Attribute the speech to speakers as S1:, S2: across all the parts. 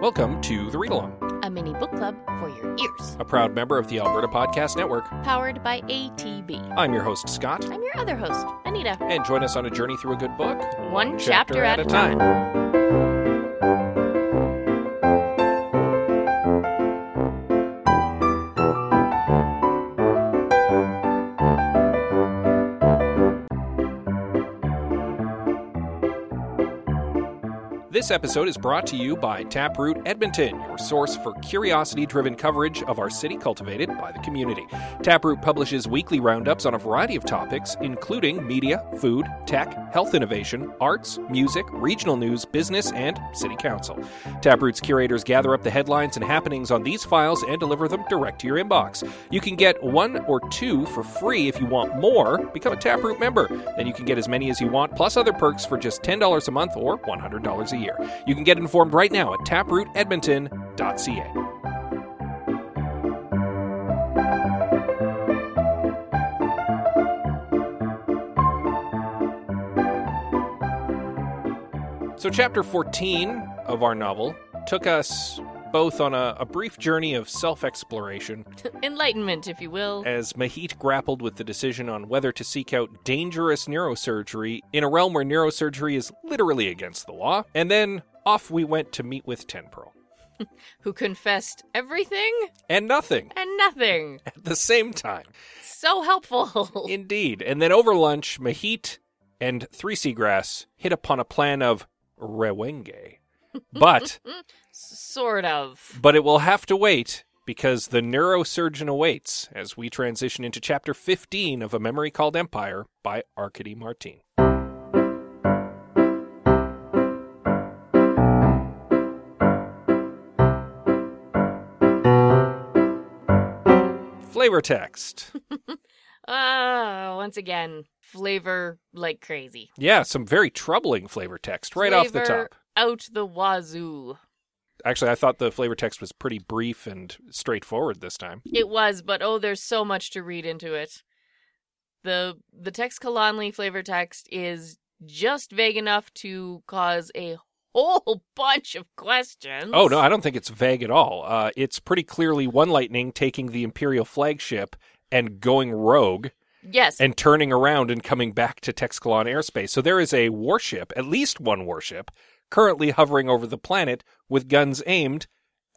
S1: Welcome to The Read Along,
S2: a mini book club for your ears,
S1: a proud member of the Alberta Podcast Network.
S2: powered by ATB.
S1: I'm your host, Scott,
S2: I'm your other host, Anita.
S1: and join us on a journey through a good book,
S2: One chapter at a time.
S1: This episode is brought to you by Taproot Edmonton, your source for curiosity driven coverage of our city cultivated by the community. Taproot publishes weekly roundups on a variety of topics, including media, food, tech, health innovation, arts, music, regional news, business, and city council. Taproot's curators gather up the headlines and happenings on these files and deliver them direct to your inbox. You can get one or two for free if you want more. Become a Taproot member. Then you can get as many as you want, plus other perks for just $10 a month or $100 a year. You can get informed right now at taprootedmonton.ca. So, chapter 14 of our novel took us both on a, a brief journey of self exploration
S2: Enlightenment, if you will.
S1: as Mahit grappled with the decision on whether to seek out dangerous neurosurgery in a realm where neurosurgery is literally against the law. And then off we went to meet with Ten Pearl.
S2: Who confessed everything
S1: And nothing
S2: and nothing.
S1: at the same time.
S2: So helpful.
S1: Indeed. And then over lunch, Mahit and Three Seagrass hit upon a plan of Rewenge. But
S2: sort of.
S1: But it will have to wait because the neurosurgeon awaits as we transition into chapter 15 of A Memory Called Empire by Arkady Martin. Flavor text.
S2: Ah, once again, flavor like crazy.
S1: Yeah, some very troubling flavor text right off the
S2: Flavor
S1: top.
S2: Out the wazoo.
S1: Actually, I thought the flavor text was pretty brief and straightforward this time.
S2: It was, but oh, there's so much to read into it. The the text Kalanli flavor text is just vague enough to cause a whole bunch of questions.
S1: Oh no, I don't think it's vague at all. Uh, it's pretty clearly one lightning taking the imperial flagship and going rogue
S2: Yes.
S1: and turning around and coming back to Texcalon airspace. So there is a warship, at least one warship, currently hovering over the planet with guns aimed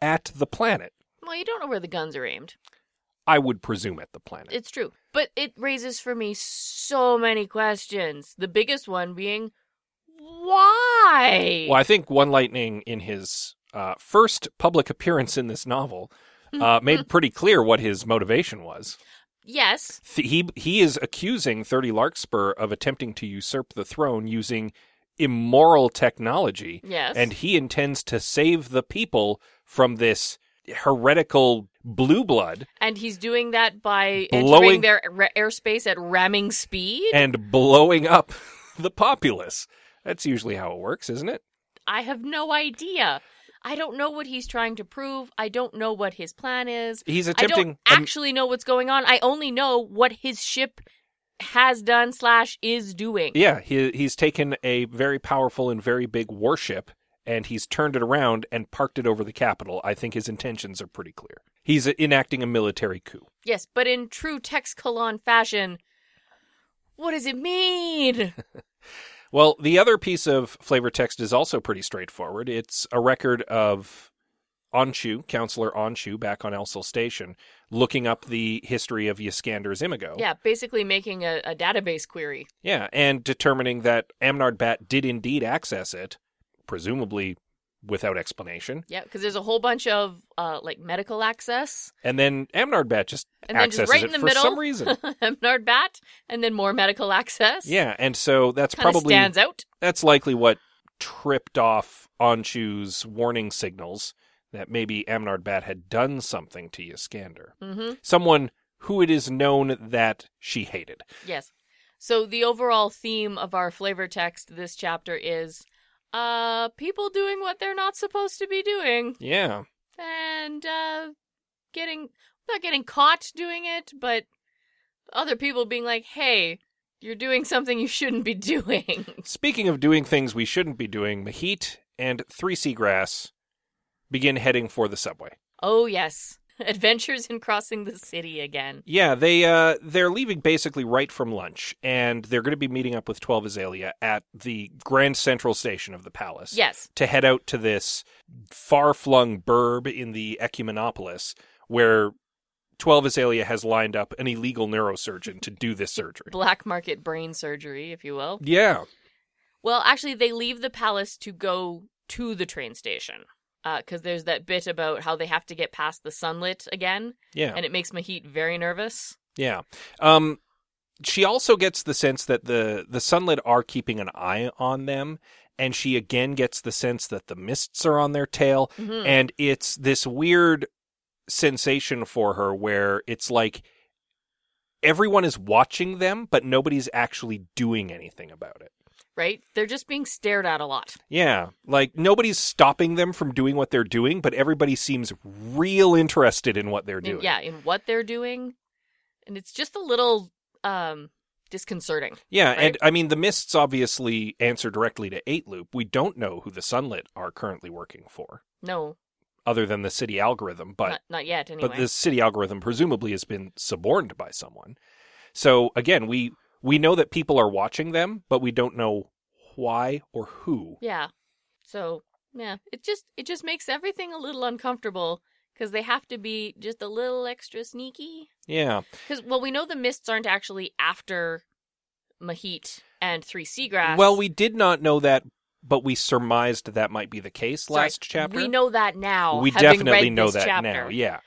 S1: at the planet.
S2: well, you don't know where the guns are aimed.
S1: I would presume at the planet.
S2: It's true. But it raises for me so many questions. The biggest one being why?
S1: Well, I think One Lightning, in his uh, first public appearance in this novel, uh, made pretty clear what his motivation was.
S2: Yes.
S1: Th- he he is accusing 30 Larkspur of attempting to usurp the throne using immoral technology
S2: Yes.
S1: and he intends to save the people from this heretical blue blood
S2: And he's doing that by
S1: Blowing-
S2: entering their ra- airspace at ramming speed.
S1: and blowing up the populace that's usually how it works isn't it
S2: I have no idea. I don't know what he's trying to prove. I don't know what his plan is.
S1: he's
S2: I don't
S1: attempting um,
S2: actually know what's going on. I only know what his ship has done slash is doing.
S1: yeah he he's taken a very powerful and very big warship and he's turned it around and parked it over the capital i think his intentions are pretty clear he's enacting a military coup
S2: Yes, but in true Tex Kalon fashion, what does it mean?
S1: Well, the other piece of flavor text is also pretty straightforward. It's a record of Onshu, Counselor Onshu, back on Elsal Station, looking up the history of Yaskander's Imago.
S2: yeah, basically making a, a database query.
S1: Yeah, and determining that Amnard Bat did indeed access it, presumably without explanation.
S2: Yeah, because there's a whole bunch of uh, like medical access,
S1: And then Amnard Bat just
S2: and then
S1: accesses
S2: just right
S1: it
S2: in the
S1: for
S2: middle,
S1: some reason.
S2: Hemnard Bat, and then more medical access.
S1: yeah, and so that's
S2: Kinda
S1: probably
S2: stands out.
S1: that's likely what tripped off Onshu's warning signals that maybe Amnard Bat had done something to Yaskander.
S2: hmm
S1: Someone who it is known that she hated.
S2: Yes. So the overall theme of our flavor text this chapter is uh people doing what they're not supposed to be doing
S1: Yeah.
S2: and uh getting not getting caught doing it, but other people being like, "Hey, you're doing something you shouldn't be doing."
S1: Speaking of doing things we shouldn't be doing, Mahit and Three Seagrass begin heading for the subway.
S2: Oh, yes. Adventures in Crossing the City again.
S1: Yeah, they uh, they're leaving basically right from lunch, and they're going to be meeting up with Twelve Azalea at the Grand Central Station of the palace.
S2: Yes.
S1: to head out to this far flung burb in the Ecumenopolis where 12 Azalea has lined up an illegal neurosurgeon to do this surgery.
S2: Black market brain surgery, if you will.
S1: Yeah.
S2: Well, actually, they leave the palace to go to the train station. Because there's that bit about how they have to get past the sunlit again,
S1: Yeah.
S2: and it makes Mahit very nervous.
S1: yeah. Um she also gets the sense that the the sunlit are keeping an eye on them and she again gets the sense that the mists are on their tail
S2: Mhm.
S1: and it's this weird sensation for her where it's like everyone is watching them but nobody's actually doing anything about it
S2: right? They're just being stared at a lot.
S1: yeah like nobody's stopping them from doing what they're doing but everybody seems real interested in what they're
S2: in-
S1: doing
S2: Mm, yeah, in what they're doing. And it's just a little um disconcerting.
S1: yeah
S2: Right.
S1: and i mean the mists obviously answer directly to eight loop we don't know who the sunlit are currently working for
S2: No,
S1: other than the city algorithm but
S2: not, not yet anyway.
S1: But this city algorithm presumably has been suborned by someone. So again, we we know that people are watching them, but we don't know why or who.
S2: yeah. So, yeah, it just it just makes everything a little uncomfortable cuz they have to be just a little extra sneaky.
S1: Yeah.
S2: Cuz well, we know the mists aren't actually after Mahit and 3 Seagrass.
S1: Well, we did not know that, but we surmised that might be the case
S2: Sorry,
S1: last chapter.
S2: We know that now.
S1: We
S2: having
S1: definitely
S2: read
S1: know
S2: this
S1: that
S2: chapter.
S1: now. Yeah.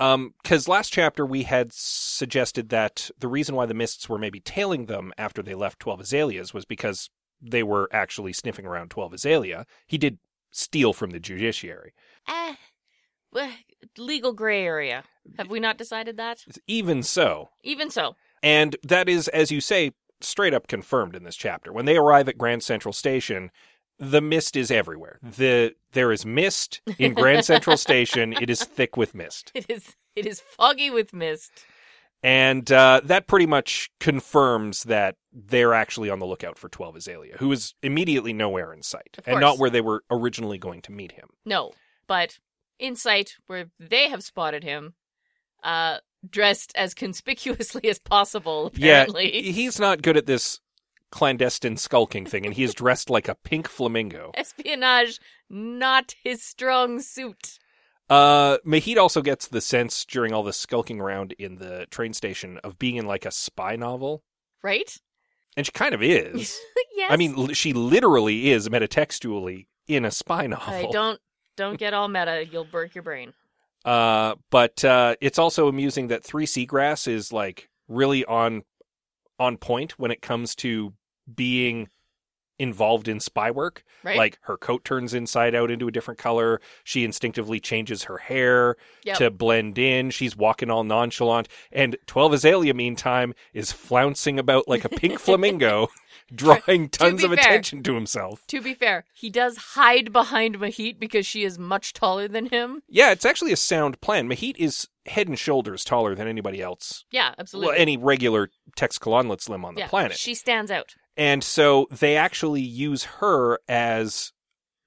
S1: Um, because last chapter we had suggested that the reason why the mists were maybe tailing them after they left Twelve Azaleas was because they were actually sniffing around Twelve Azalea. He did steal from the judiciary.
S2: Eh, well, legal gray area. Have we not decided that?
S1: Even so,
S2: Even so,
S1: And that is, as you say, straight up confirmed in this chapter. When they arrive at Grand Central Station, the mist is everywhere. The there is mist in Grand Central Station. It is thick with mist,
S2: It is it is foggy with mist.
S1: and uh, that pretty much confirms that they're actually on the lookout for Twelve Azalea, who is immediately nowhere in sight,
S2: Of
S1: and not
S2: course.
S1: where they were originally going to meet him.
S2: No, but in sight where they have spotted him, uh, dressed as conspicuously as possible. Apparently,
S1: Yeah, he's not good at this clandestine skulking thing, and he is dressed like a pink flamingo.
S2: espionage not his strong suit.
S1: Uh, Mahid also gets the sense during all the skulking around in the train station of being in like a spy novel,
S2: Right?
S1: and she kind of is.
S2: yes.
S1: I mean, li- she literally is metatextually in a spy
S2: All
S1: novel.
S2: right, don't don't get all meta. You'll break your brain.
S1: Uh, but uh, it's also amusing that Three Seagrass is like really on on point when it comes to being involved in spy work.
S2: Right?
S1: Like her coat turns inside out into a different color. She instinctively changes her hair
S2: Yep.
S1: to blend in. She's walking all nonchalant. And 12 Azalea, meantime, is flouncing about like a pink flamingo, drawing tons
S2: be
S1: of
S2: fair.
S1: attention to himself.
S2: to be fair, he does hide behind Mahit because she is much taller than him.
S1: Yeah, it's actually a sound plan. Mahit is head and shoulders taller than anybody else.
S2: Yeah, absolutely.
S1: Well, any regular Texcalonlet slim on the
S2: yeah.
S1: planet.
S2: She stands out.
S1: And so they actually use her as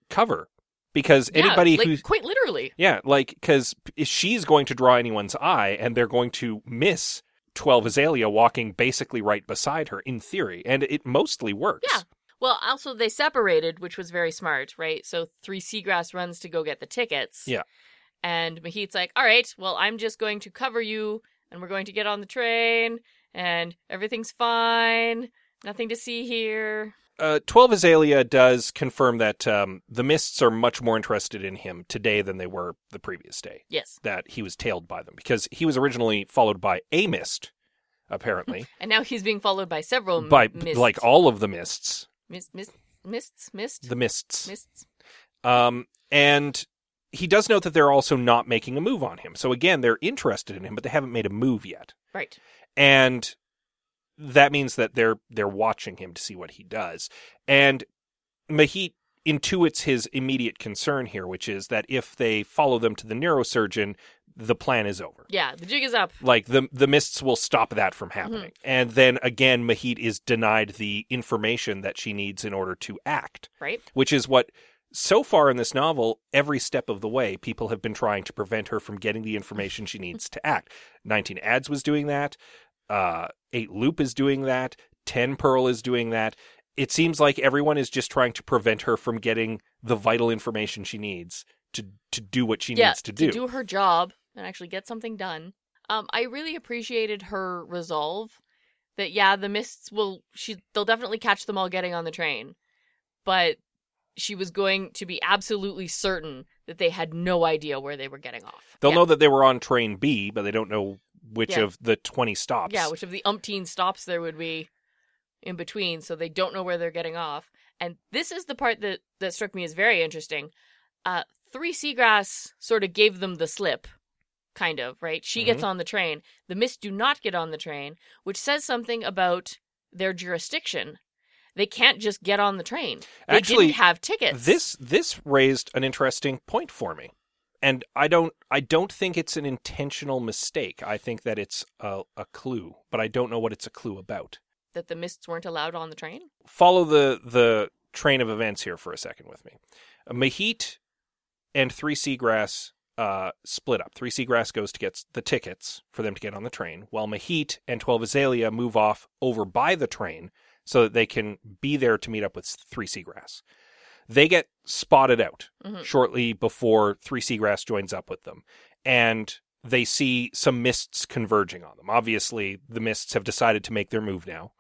S1: cover because anybody
S2: yeah, like,
S1: who
S2: quite literally.
S1: Yeah, like because she's going to draw anyone's eye, and they're going to miss Twelve Azalea walking basically right beside her in theory, and it mostly works.
S2: Yeah. Well, also they separated, which was very smart, right? So three seagrass runs to go get the tickets.
S1: Yeah.
S2: And Mahit's like, "All right, well, I'm just going to cover you, and we're going to get on the train, and everything's fine. Nothing to see here."
S1: Uh, Twelve Azalea does confirm that um, the Mists are much more interested in him today than they were the previous day.
S2: Yes.
S1: That he was tailed by them because he was originally followed by a mist, apparently
S2: And now he's being followed by several m-
S1: by
S2: mist,
S1: like all of the mists,
S2: mist, mist, mists, mist,
S1: the mists.
S2: mists.
S1: Um, and he does note that they're also not making a move on him. So again, they're interested in him, but they haven't made a move yet.
S2: Right.
S1: And that means that they're they're watching him to see what he does. And Mahit intuits his immediate concern here, which is that if they follow them to the neurosurgeon, the plan is over.
S2: Yeah. The jig is up.
S1: Like the the mists will stop that from happening. And then again, Mahit is denied the information that she needs in order to act
S2: Right.
S1: which is what so far in this novel, every step of the way, people have been trying to prevent her from getting the information she needs to act. 19 Ads was doing that. Uh, 8 Loop is doing that. 10 Pearl is doing that. It seems like everyone is just trying to prevent her from getting the vital information she needs to, to do what she
S2: yeah,
S1: needs to do.
S2: do her job and actually get something done. Um, I really appreciated her resolve that yeah, the mists will she they'll definitely catch them all getting on the train, but she was going to be absolutely certain that they had no idea where they were getting off.
S1: They'll
S2: yeah.
S1: know that they were on train B, but they don't know which
S2: Yeah.
S1: of the 20 stops.
S2: Yeah, which of the umpteen stops there would be in between, so they don't know where they're getting off. And this is the part that that struck me as very interesting. Uh, Three Seagrass sort of gave them the slip, kind of right. She
S1: Mm-hmm.
S2: gets on the train. The Mist do not get on the train, which says something about their jurisdiction. They can't just get on the train. They
S1: Actually,
S2: didn't have tickets.
S1: this this raised an interesting point for me. And I don't I don't think it's an intentional mistake. I think that it's a, a clue, but I don't know what it's a clue about.
S2: that the Mists weren't allowed on the train.
S1: Follow the the train of events here for a second with me. Uh, Mahit and 3 Seagrass uh, split up. 3 Seagrass goes to get s- the tickets for them to get on the train, while Mahit and 12 Azalea move off over by the train so that they can be there to meet up with 3 Seagrass. They get spotted out
S2: Mhm.
S1: shortly before 3 Seagrass joins up with them. And they see some mists converging on them. Obviously, the mists have decided to make their move now.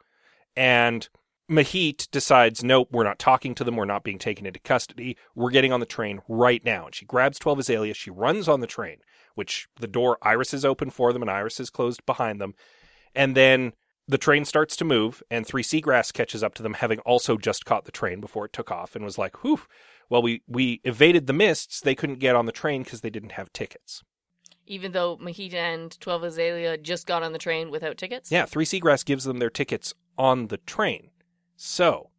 S1: And Mahit decides, nope, we're not talking to them. We're not being taken into custody. We're getting on the train right now. And she grabs 12 Azalea. She runs on the train, which the door Iris is open for them and Iris is closed behind them. And then the train starts to move, and Three Seagrass catches up to them, having also just caught the train before it took off, and was like, whew, well, we, we evaded the mists. They couldn't get on the train because they didn't have tickets.
S2: Even though Mahita and Twelve Azalea just got on the train without tickets.
S1: Yeah, Three Seagrass gives them their tickets on the train. So,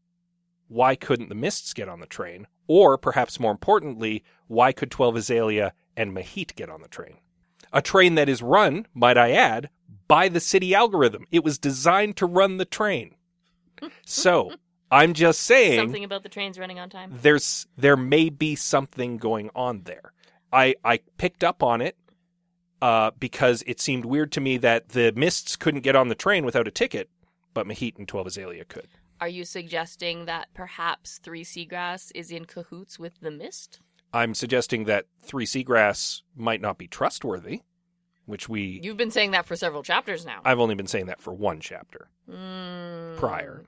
S1: why couldn't the Mists get on the train? Or, perhaps more importantly, why could 12 Azalea and Mahit get on the train? A train that is run, might I add, by the city algorithm. It was designed to run the train. So, I'm just saying
S2: Something about the trains running on time.
S1: there's there may be something going on there. I I picked up on it uh, because it seemed weird to me that the Mists couldn't get on the train without a ticket, but Mahit and Twelve Azalea could.
S2: Are you suggesting that perhaps Three Seagrass is in cahoots with the Mist?
S1: I'm suggesting that Three Seagrass might not be trustworthy, which we
S2: You've been saying that for several chapters now.
S1: I've only been saying that for one chapter
S2: Mm.
S1: prior.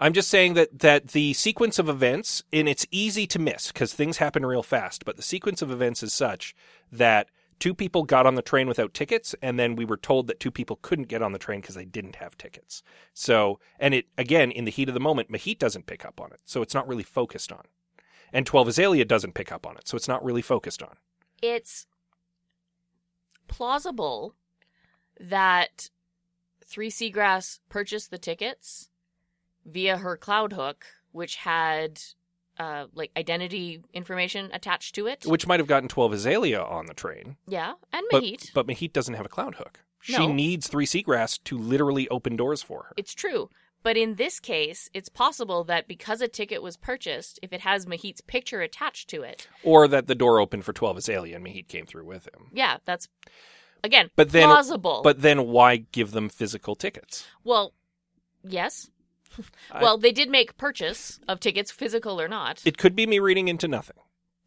S1: I'm just saying that that the sequence of events and it's easy to miss because things happen real fast, but the sequence of events is such that two people got on the train without tickets and then we were told that two people couldn't get on the train because they didn't have tickets. So, and it again in the heat of the moment, Mahit doesn't pick up on it. So it's not really focused on. And 12 Azalea doesn't pick up on it. So it's not really focused on.
S2: It's plausible that Three Seagrass purchased the tickets via her cloud hook, which had uh, like identity information attached to it.
S1: Which might have gotten 12 Azalea on the train.
S2: yeah, and
S1: But,
S2: Mahit.
S1: but Mahit doesn't have a cloud hook. She
S2: No.
S1: needs three seagrass to literally open doors for her.
S2: It's true. But in this case, it's possible that because a ticket was purchased, if it has Mahit's picture attached to it,
S1: Or that the door opened for 12 Azalea and Mahit came through with him.
S2: yeah, that's again
S1: But then-
S2: plausible.
S1: But then why give them physical tickets?
S2: well, yes.
S1: I-
S2: well, they did make purchase of tickets, physical or not,
S1: It could be me reading into nothing.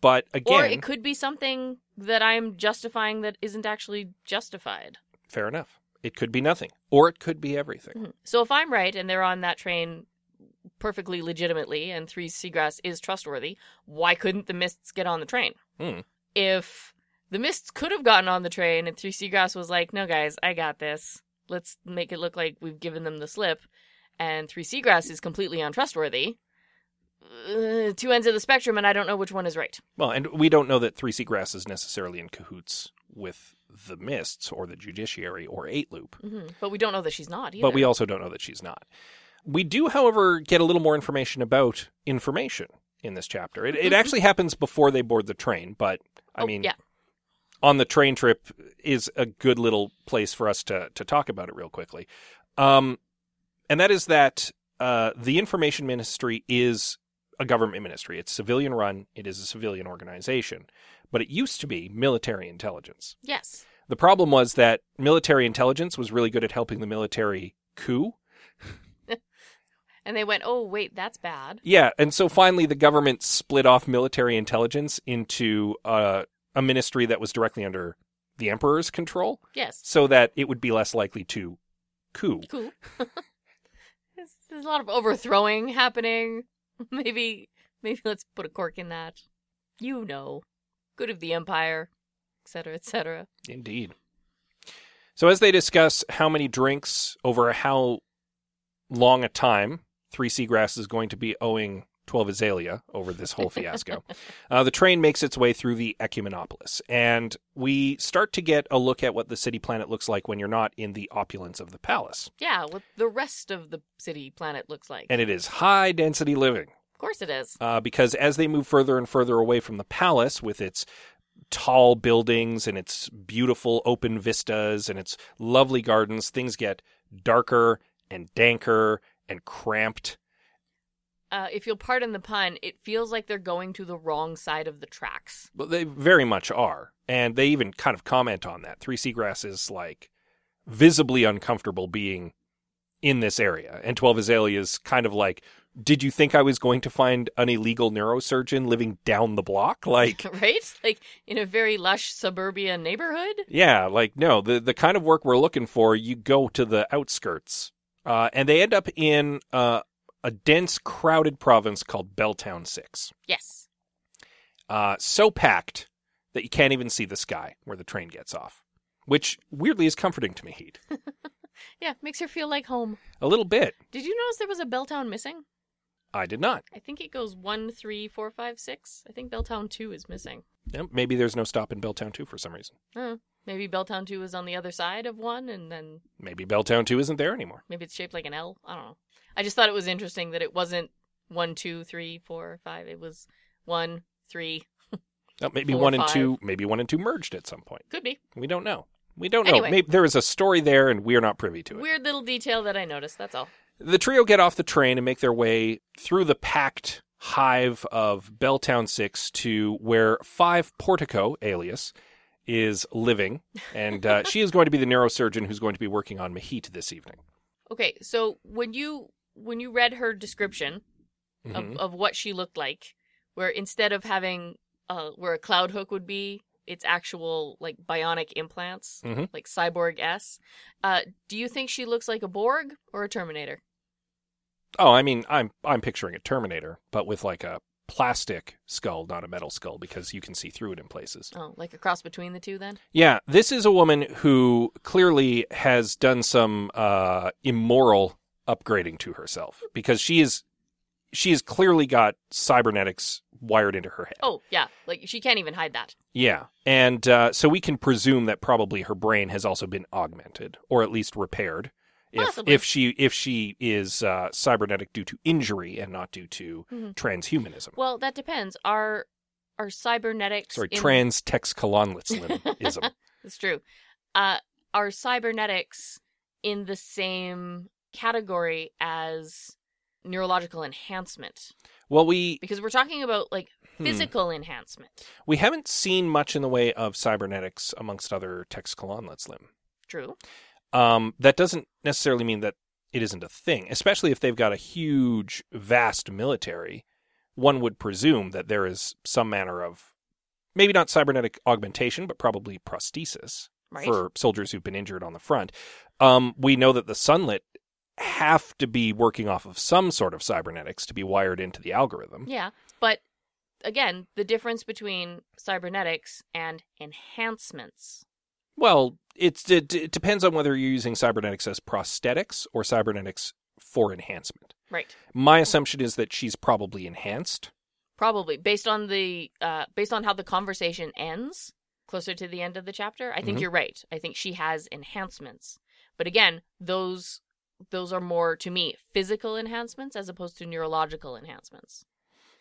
S1: But again,
S2: or it could be something that I'm justifying that isn't actually justified.
S1: fair enough. It could be nothing. Or it could be everything.
S2: Mhm. So if I'm right and they're on that train perfectly legitimately and Three Seagrass is trustworthy, why couldn't the Mists get on the train?
S1: Hmm.
S2: If the Mists could have gotten on the train and Three Seagrass was like, no, guys, I got this. Let's make it look like we've given them the slip. And Three Seagrass is completely untrustworthy. Uh, two ends of the spectrum, and I don't know which one is right.
S1: Well, and we don't know that three seagrass is necessarily in cahoots with the mists or the judiciary or eight loop.
S2: hmm But we don't know that she's not either.
S1: But we also don't know that she's not. We do, however, get a little more information about information in this chapter. It, it
S2: Mhm.
S1: actually happens before they board the train, but I
S2: Oh,
S1: mean,
S2: yeah.
S1: on the train trip is a good little place for us to to talk about it real quickly. Um, and that is that uh, the information ministry is a government ministry. It's civilian run, it is a civilian organization, but it used to be military intelligence.
S2: Yes.
S1: The problem was that military intelligence was really good at helping the military coup.
S2: And they went, oh, wait, that's bad.
S1: Yeah, and so finally the government split off military intelligence into uh, a ministry that was directly under the emperor's control
S2: Yes.
S1: so that it would be less likely to coup.
S2: Cool. there's, there's a lot of overthrowing happening. Maybe, maybe let's put a cork in that. You know, good of the empire, etc., etc.
S1: Indeed. So, as they discuss how many drinks over how long a time Three Seagrass is going to be owing 12 Azalea over this whole fiasco, uh, the train makes its way through the Ecumenopolis. And we start to get a look at what the city planet looks like when you're not in the opulence of the palace.
S2: Yeah, what the rest of the city planet looks like.
S1: And it is high density living.
S2: of course, it is.
S1: uh, because as they move further and further away from the palace with its tall buildings and its beautiful open vistas and its lovely gardens, things get darker and danker and cramped.
S2: Uh, if you'll pardon the pun, it feels like they're going to the wrong side of the tracks.
S1: But they very much are. And they even kind of comment on that. Three Seagrass is like visibly uncomfortable being in this area. And 12 Azalea is kind of like, did you think I was going to find an illegal neurosurgeon living down the block? Like,
S2: right? Like in a very lush suburban neighborhood?
S1: Yeah, like no, the the kind of work we're looking for, you go to the outskirts, uh, and they end up in uh, a dense, crowded province called Belltown Six.
S2: Yes.
S1: Uh, so packed that you can't even see the sky where the train gets off, which weirdly is comforting to me. Heat
S2: Yeah, makes her feel like home.
S1: a little bit.
S2: Did you notice there was a Belltown missing?
S1: I did not.
S2: I think it goes one, three, four, five, six. I think Belltown 2 is missing.
S1: Yeah, Maybe there's no stop in Belltown Two for some reason.
S2: Uh, maybe Belltown 2 is on the other side of 1 and then
S1: Maybe Belltown Two isn't there anymore.
S2: maybe it's shaped like an L. I don't know. I just thought it was interesting that it wasn't one, two, three, four, five. It was 1, 3.
S1: Uh, maybe
S2: Four,
S1: one and
S2: five.
S1: two. Maybe one and two merged at some point.
S2: Could be.
S1: We don't know. We don't know.
S2: Anyway.
S1: Maybe there is a story there, and we're not privy to it.
S2: Weird little detail that I noticed. That's all.
S1: The trio get off the train and make their way through the packed hive of Belltown 6 to where Five Portico, alias, is living. And uh, she is going to be the neurosurgeon who's going to be working on Mahit this evening.
S2: Okay, so when you when you read her description,
S1: Mhm.
S2: of, of what she looked like where instead of having uh, where a cloud hook would be it's actual like bionic implants
S1: Mhm.
S2: like cyborg s uh, do you think she looks like a borg or a terminator
S1: Oh, I mean, I'm I'm picturing a Terminator, but with like a plastic skull, not a metal skull, because you can see through it in places.
S2: oh like a cross between the two then
S1: Yeah, this is a woman who clearly has done some uh, immoral upgrading to herself because she is she has clearly got cybernetics wired into her head.
S2: oh yeah like she can't even hide that
S1: Yeah, and uh, so we can presume that probably her brain has also been augmented or at least repaired. If,
S2: Possibly.
S1: if she if she is uh, cybernetic due to injury and not due to
S2: Mhm.
S1: transhumanism,
S2: well that depends are are cybernetics
S1: sorry,
S2: in-
S1: trans texcolonlism.
S2: That's true. Uh, are cybernetics in the same category as neurological enhancement?
S1: well, we
S2: Because we're talking about like
S1: hmm.
S2: physical enhancement.
S1: We haven't seen much in the way of cybernetics amongst other Texcalon, let's lim.
S2: True.
S1: Um, that doesn't necessarily mean that it isn't a thing, especially if they've got a huge, vast military. One would presume that there is some manner of maybe not cybernetic augmentation, but probably prosthesis
S2: Right.
S1: for soldiers who've been injured on the front. Um, we know that the sunlit have to be working off of some sort of cybernetics to be wired into the algorithm.
S2: Yeah. But again, the difference between cybernetics and enhancements.
S1: Well, it's, it, it depends on whether you're using cybernetics as prosthetics or cybernetics for enhancement.
S2: Right.
S1: My assumption is that she's probably enhanced.
S2: Probably based on the uh based on how the conversation ends closer to the end of the chapter. I think
S1: Mhm.
S2: you're right. I think she has enhancements. But again, those those are more to me physical enhancements as opposed to neurological enhancements.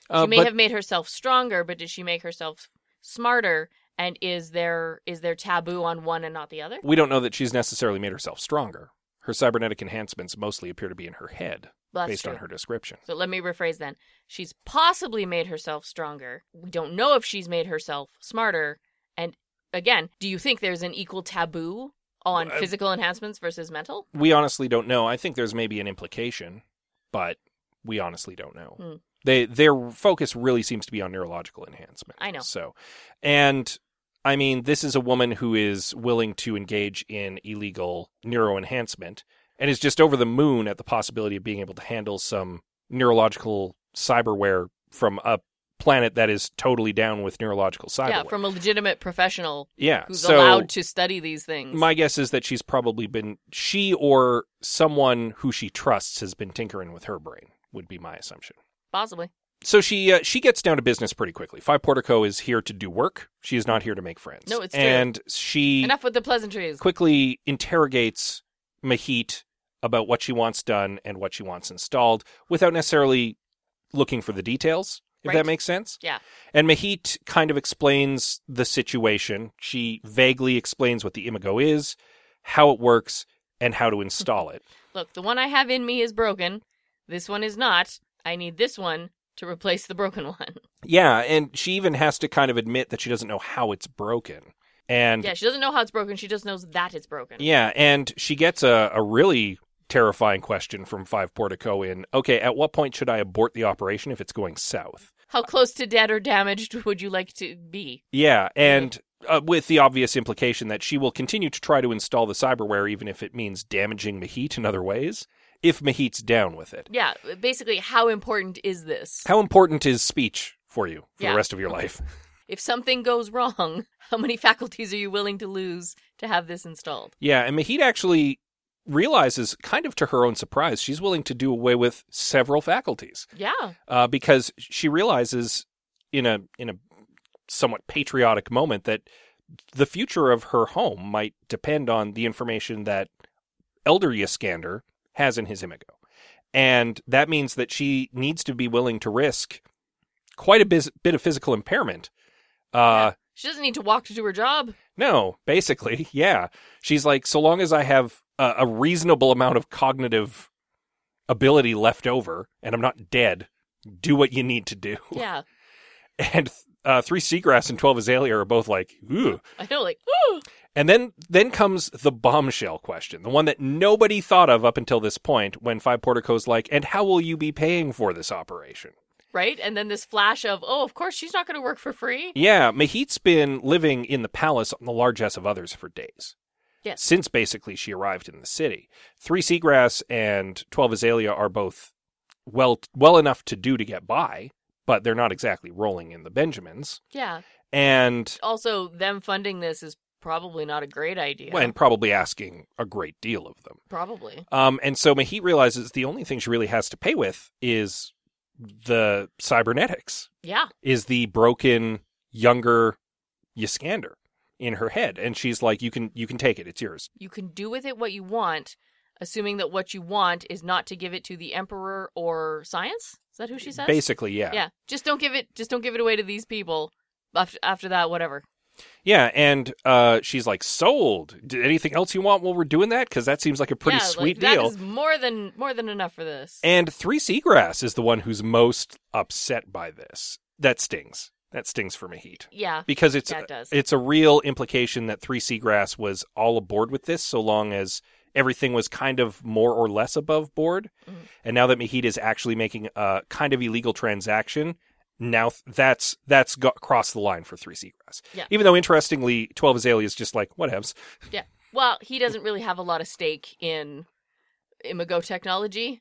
S1: Uh,
S2: she may
S1: but
S2: have made herself stronger, but did she make herself smarter? And is there is there taboo on one and not the other?
S1: we don't know that she's necessarily made herself stronger. Her cybernetic enhancements mostly appear to be in her head.
S2: That's
S1: based on
S2: true.
S1: her description.
S2: So let me rephrase then. She's possibly made herself stronger. We don't know if she's made herself smarter. And again, do you think there's an equal taboo on
S1: Well, I-
S2: physical enhancements versus mental?
S1: We honestly don't know. I think there's maybe an implication, but we honestly don't know.
S2: Hmm.
S1: They their focus really seems to be on neurological enhancement.
S2: I know.
S1: So, and I mean, this is a woman who is willing to engage in illegal neuro enhancement and is just over the moon at the possibility of being able to handle some neurological cyberware from a planet that is totally down with neurological cyberware.
S2: Yeah, from a legitimate professional
S1: yeah.
S2: who's
S1: so,
S2: allowed to study these things.
S1: my guess is that she's probably been she or someone who she trusts has been tinkering with her brain would be my assumption.
S2: Possibly.
S1: So she uh, she gets down to business pretty quickly. Five Portico is here to do work. She is not here to make friends.
S2: No, it's true.
S1: and she
S2: Enough with the pleasantries.
S1: quickly interrogates Mahit about what she wants done and what she wants installed without necessarily looking for the details, if
S2: Right.
S1: that makes sense.
S2: Yeah.
S1: And Mahit kind of explains the situation. She vaguely explains what the Imago is, how it works, and how to install it.
S2: Look, the one I have in me is broken. This one is not. I need this one to replace the broken one.
S1: Yeah, and she even has to kind of admit that she doesn't know how it's broken. And
S2: Yeah, she doesn't know how it's broken. She just knows that it's broken.
S1: Yeah, and she gets a, a really terrifying question from Five Portico in, okay, at what point should I abort the operation if it's going south?
S2: How close to dead or damaged would you like to be?
S1: Yeah, and uh, with the obvious implication that she will continue to try to install the cyberware even if it means damaging Mahit in other ways, if Mahit's down with it.
S2: Yeah, basically, how important is this?
S1: How important is speech for you for
S2: Yeah.
S1: the rest of your life?
S2: If something goes wrong, how many faculties are you willing to lose to have this installed?
S1: Yeah, and Mahit actually realizes, kind of to her own surprise, she's willing to do away with several faculties.
S2: Yeah,
S1: uh, because she realizes in a in a somewhat patriotic moment that the future of her home might depend on the information that Elder Yaskander has in his imago, and that means that she needs to be willing to risk quite a biz- bit of physical impairment. Uh,
S2: she doesn't need to walk to do her job.
S1: No, basically, yeah. She's like, so long as I have a, a reasonable amount of cognitive ability left over, and I'm not dead, do what you need to do.
S2: Yeah,
S1: and uh, three seagrass and twelve azalea are both like, ooh.
S2: I know, like,
S1: And then then comes the bombshell question, the one that nobody thought of up until this point, when Five Portico's like, and how will you be paying for this operation?
S2: right? And then this flash of, oh, of course, she's not going to work for free.
S1: Yeah, Mahit's been living in the palace on the largesse of others for days.
S2: Yes.
S1: Since basically she arrived in the city. Three seagrass and twelve azalea are both well well enough to do to get by, but they're not exactly rolling in the Benjamins.
S2: Yeah.
S1: And
S2: Also, them funding this is probably not a great idea.
S1: and probably asking a great deal of them.
S2: Probably.
S1: Um, and so Mahit realizes the only thing she really has to pay with is the cybernetics,
S2: Yeah.
S1: is the broken younger Yaskander in her head, and she's like, "You can, you can take it. It's yours."
S2: You can do with it what you want, assuming that what you want is not to give it to the emperor or science. Is that who she says?
S1: Basically, yeah.
S2: yeah just don't give it just don't give it away to these people after, after that whatever
S1: Yeah, and uh, she's like, "Sold. D- anything else you want while we're doing that? Because that seems like a pretty
S2: Yeah, like,
S1: sweet
S2: that
S1: deal."
S2: is more than more than enough for this
S1: And Three Seagrass is the one who's most upset by this. That stings. That stings for Mahit.
S2: yeah
S1: because it's uh,
S2: Yeah, it does.
S1: it's a real implication that Three Seagrass was all aboard with this, so long as everything was kind of more or less above board.
S2: Mhm.
S1: And now that Mahid is actually making a kind of illegal transaction, now th- that's that's got, crossed the line for Three Seagrass.
S2: Yeah.
S1: Even though interestingly, Twelve Azalea is just like whatevs.
S2: well he doesn't really have a lot of stake in imago technology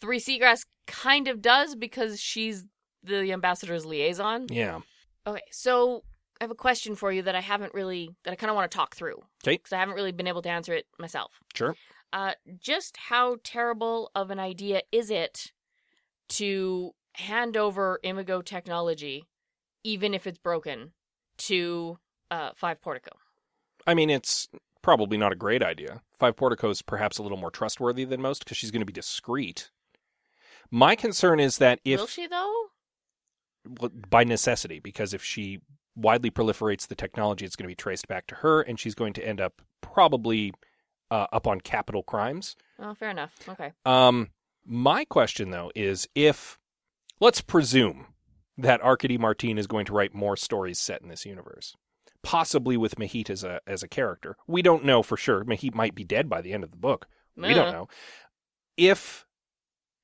S2: three seagrass kind of does because she's the ambassador's liaison
S1: Yeah.
S2: okay so i have a question for you that i haven't really that i kind of want to talk through
S1: 'Kay.
S2: because i haven't really been able to answer it myself
S1: Sure.
S2: uh, just how terrible of an idea is it to hand over Imago technology, even if it's broken, to uh, Five Portico?
S1: I mean, it's probably not a great idea. Five Portico's perhaps a little more trustworthy than most because she's going to be discreet. My concern is that if
S2: Will she though?
S1: well, by necessity because if she widely proliferates the technology it's going to be traced back to her and she's going to end up probably uh, up on capital crimes
S2: Oh, fair enough. Okay.
S1: um My question, though, is if let's presume that Arkady Martin is going to write more stories set in this universe, possibly with Mahit as a as a character. We don't know for sure. Mahit might be dead by the end of the book. We
S2: Uh,
S1: don't know. If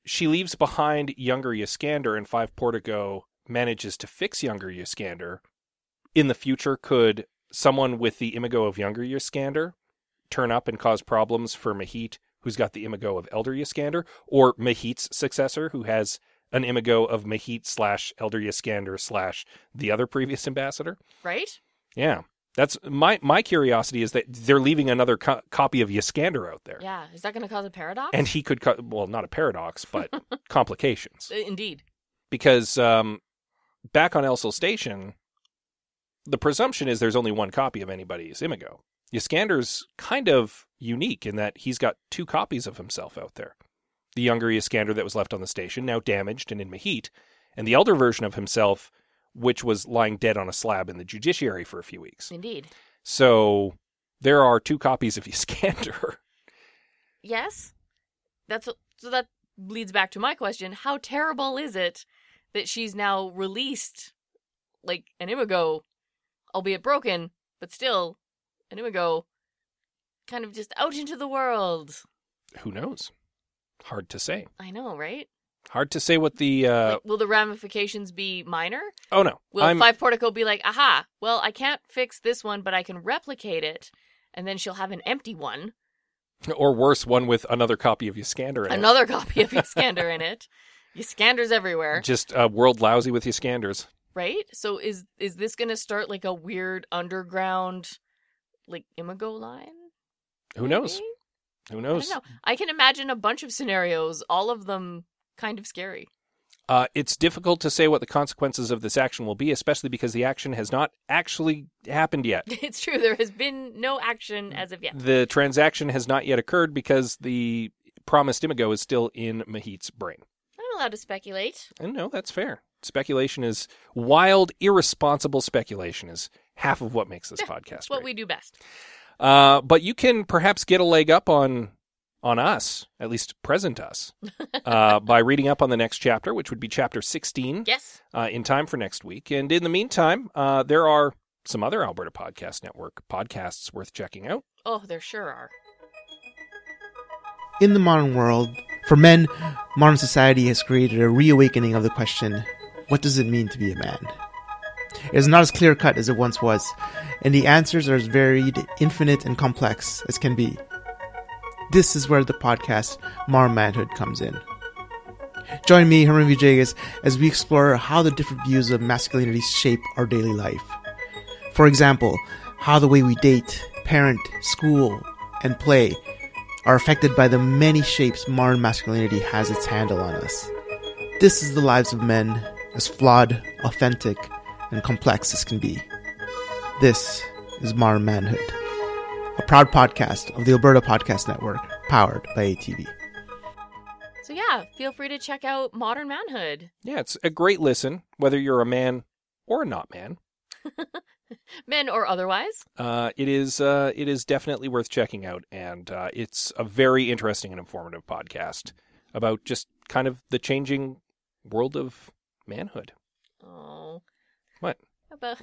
S1: she leaves behind younger Yaskander and Five Portico manages to fix younger Yaskander, in the future, could someone with the imago of younger Yaskander turn up and cause problems for Mahit, who's got the imago of elder Yaskander, or Mahit's successor, who has an imago of Mahit slash elder Yaskander slash the other previous ambassador?
S2: Right?
S1: Yeah. That's my my curiosity is that they're leaving another co- copy of Yaskander out there
S2: Yeah. Is that going to cause a paradox?
S1: and he could cut well not a paradox but complications
S2: Uh, Indeed.
S1: because um back on Elsel station the presumption is there's only one copy of anybody's imago Yaskander's kind of unique in that he's got two copies of himself out there the younger Yaskander that was left on the station now damaged and in Mahit and the elder version of himself which was lying dead on a slab in the judiciary for a few weeks
S2: Indeed.
S1: so there are two copies of Yaskander
S2: Yes. That's so that leads back to my question. How terrible is it that she's now released like an imago, albeit broken, but still an imago kind of just out into the world.
S1: who knows hard to say
S2: I know, right?
S1: Hard to say what the. Uh,
S2: like, will the ramifications be minor?
S1: oh no,
S2: Will
S1: I'm
S2: Five Portico be like, aha, well, I can't fix this one, but I can replicate it, and then she'll have an empty one,
S1: or worse, one with another copy of Yaskander in
S2: another copy of Iskander in it. Iskander's everywhere.
S1: it. Just uh, world lousy with Yaskanders.
S2: right so is is this gonna start like a weird underground like imago line
S1: Who knows?
S2: maybe?
S1: Who
S2: i
S1: knows?
S2: don't know i can imagine a bunch of scenarios all of them kind of scary
S1: Uh, it's difficult to say what the consequences of this action will be, especially because the action has not actually happened yet.
S2: it's true there has been no
S1: Mm.
S2: action as of yet
S1: The transaction has not yet occurred because the promised imago is still in Mahit's brain.
S2: i'm allowed to speculate
S1: And no, that's fair. Speculation is wild, irresponsible speculation is half of what makes this
S2: Yeah,
S1: podcast.
S2: it's what
S1: great.
S2: we do best
S1: Uh, but you can perhaps get a leg up on on us, at least present us, uh, by reading up on the next chapter, which would be chapter 16,
S2: yes
S1: uh, in time for next week. And in the meantime, uh, there are some other Alberta Podcast Network podcasts worth checking out.
S2: oh there sure are
S3: In the modern world, for men, modern society has created a reawakening of the question what does it mean to be a man? It is not as clear cut as it once was, and the answers are as varied, infinite, and complex as can be. This is where the podcast Modern Manhood comes in. Join me, Herman Vijegas, as we explore how the different views of masculinity shape our daily life. For example, how the way we date, parent, school, and play are affected by the many shapes modern masculinity has its handle on us. This is the lives of men, as flawed, authentic, and complex as can be. This is Modern Manhood, a proud podcast of the Alberta Podcast Network, powered by ATV.
S2: so yeah feel free to check out modern manhood
S1: Yeah, it's a great listen, whether you're a man or a not man.
S2: men or otherwise
S1: Uh, it is uh, it is definitely worth checking out, and uh, it's a very interesting and informative podcast about just kind of the changing world of manhood.
S2: oh
S1: What?
S2: about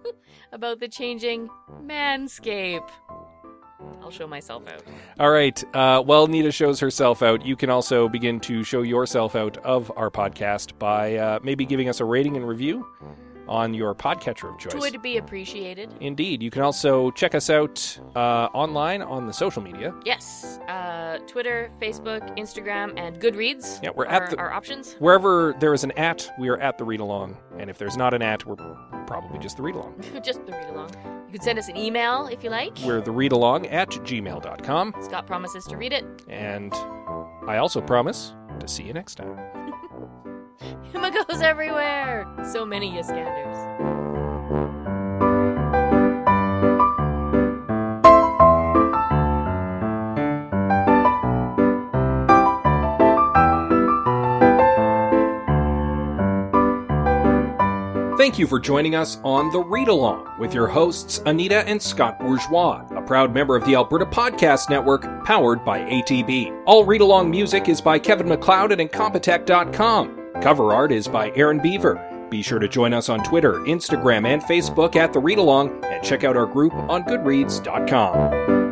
S2: about the changing manscape i'll show myself out
S1: All right. Uh, while Nita shows herself out, you can also begin to show yourself out of our podcast by uh, maybe giving us a rating and review on your podcatcher of choice.
S2: would be appreciated.
S1: Indeed. You can also check us out uh, online on the social media.
S2: Yes, uh, Twitter, Facebook, Instagram, and Goodreads.
S1: Yeah, we're
S2: are
S1: at the-
S2: our options.
S1: Wherever there is an at, we are at the read along. And if there's not an at, we're probably just the read along.
S2: Just the read along. You can send us an email if you like.
S1: We're the read along at gmail.com.
S2: Scott promises to read it.
S1: And I also promise to see you next time.
S2: Hima goes everywhere. So many Yaskanders.
S1: Thank Thank you for joining us on The Read Along with your hosts, Anita and Scott Bourgeois, a proud member of the Alberta Podcast Network, powered by ATB. All read along music is by Kevin McLeod at Incompetech.com. Cover art is by Aaron Beaver. Be sure to join us on Twitter, Instagram, and Facebook at The Read Along, and check out our group on Goodreads.com.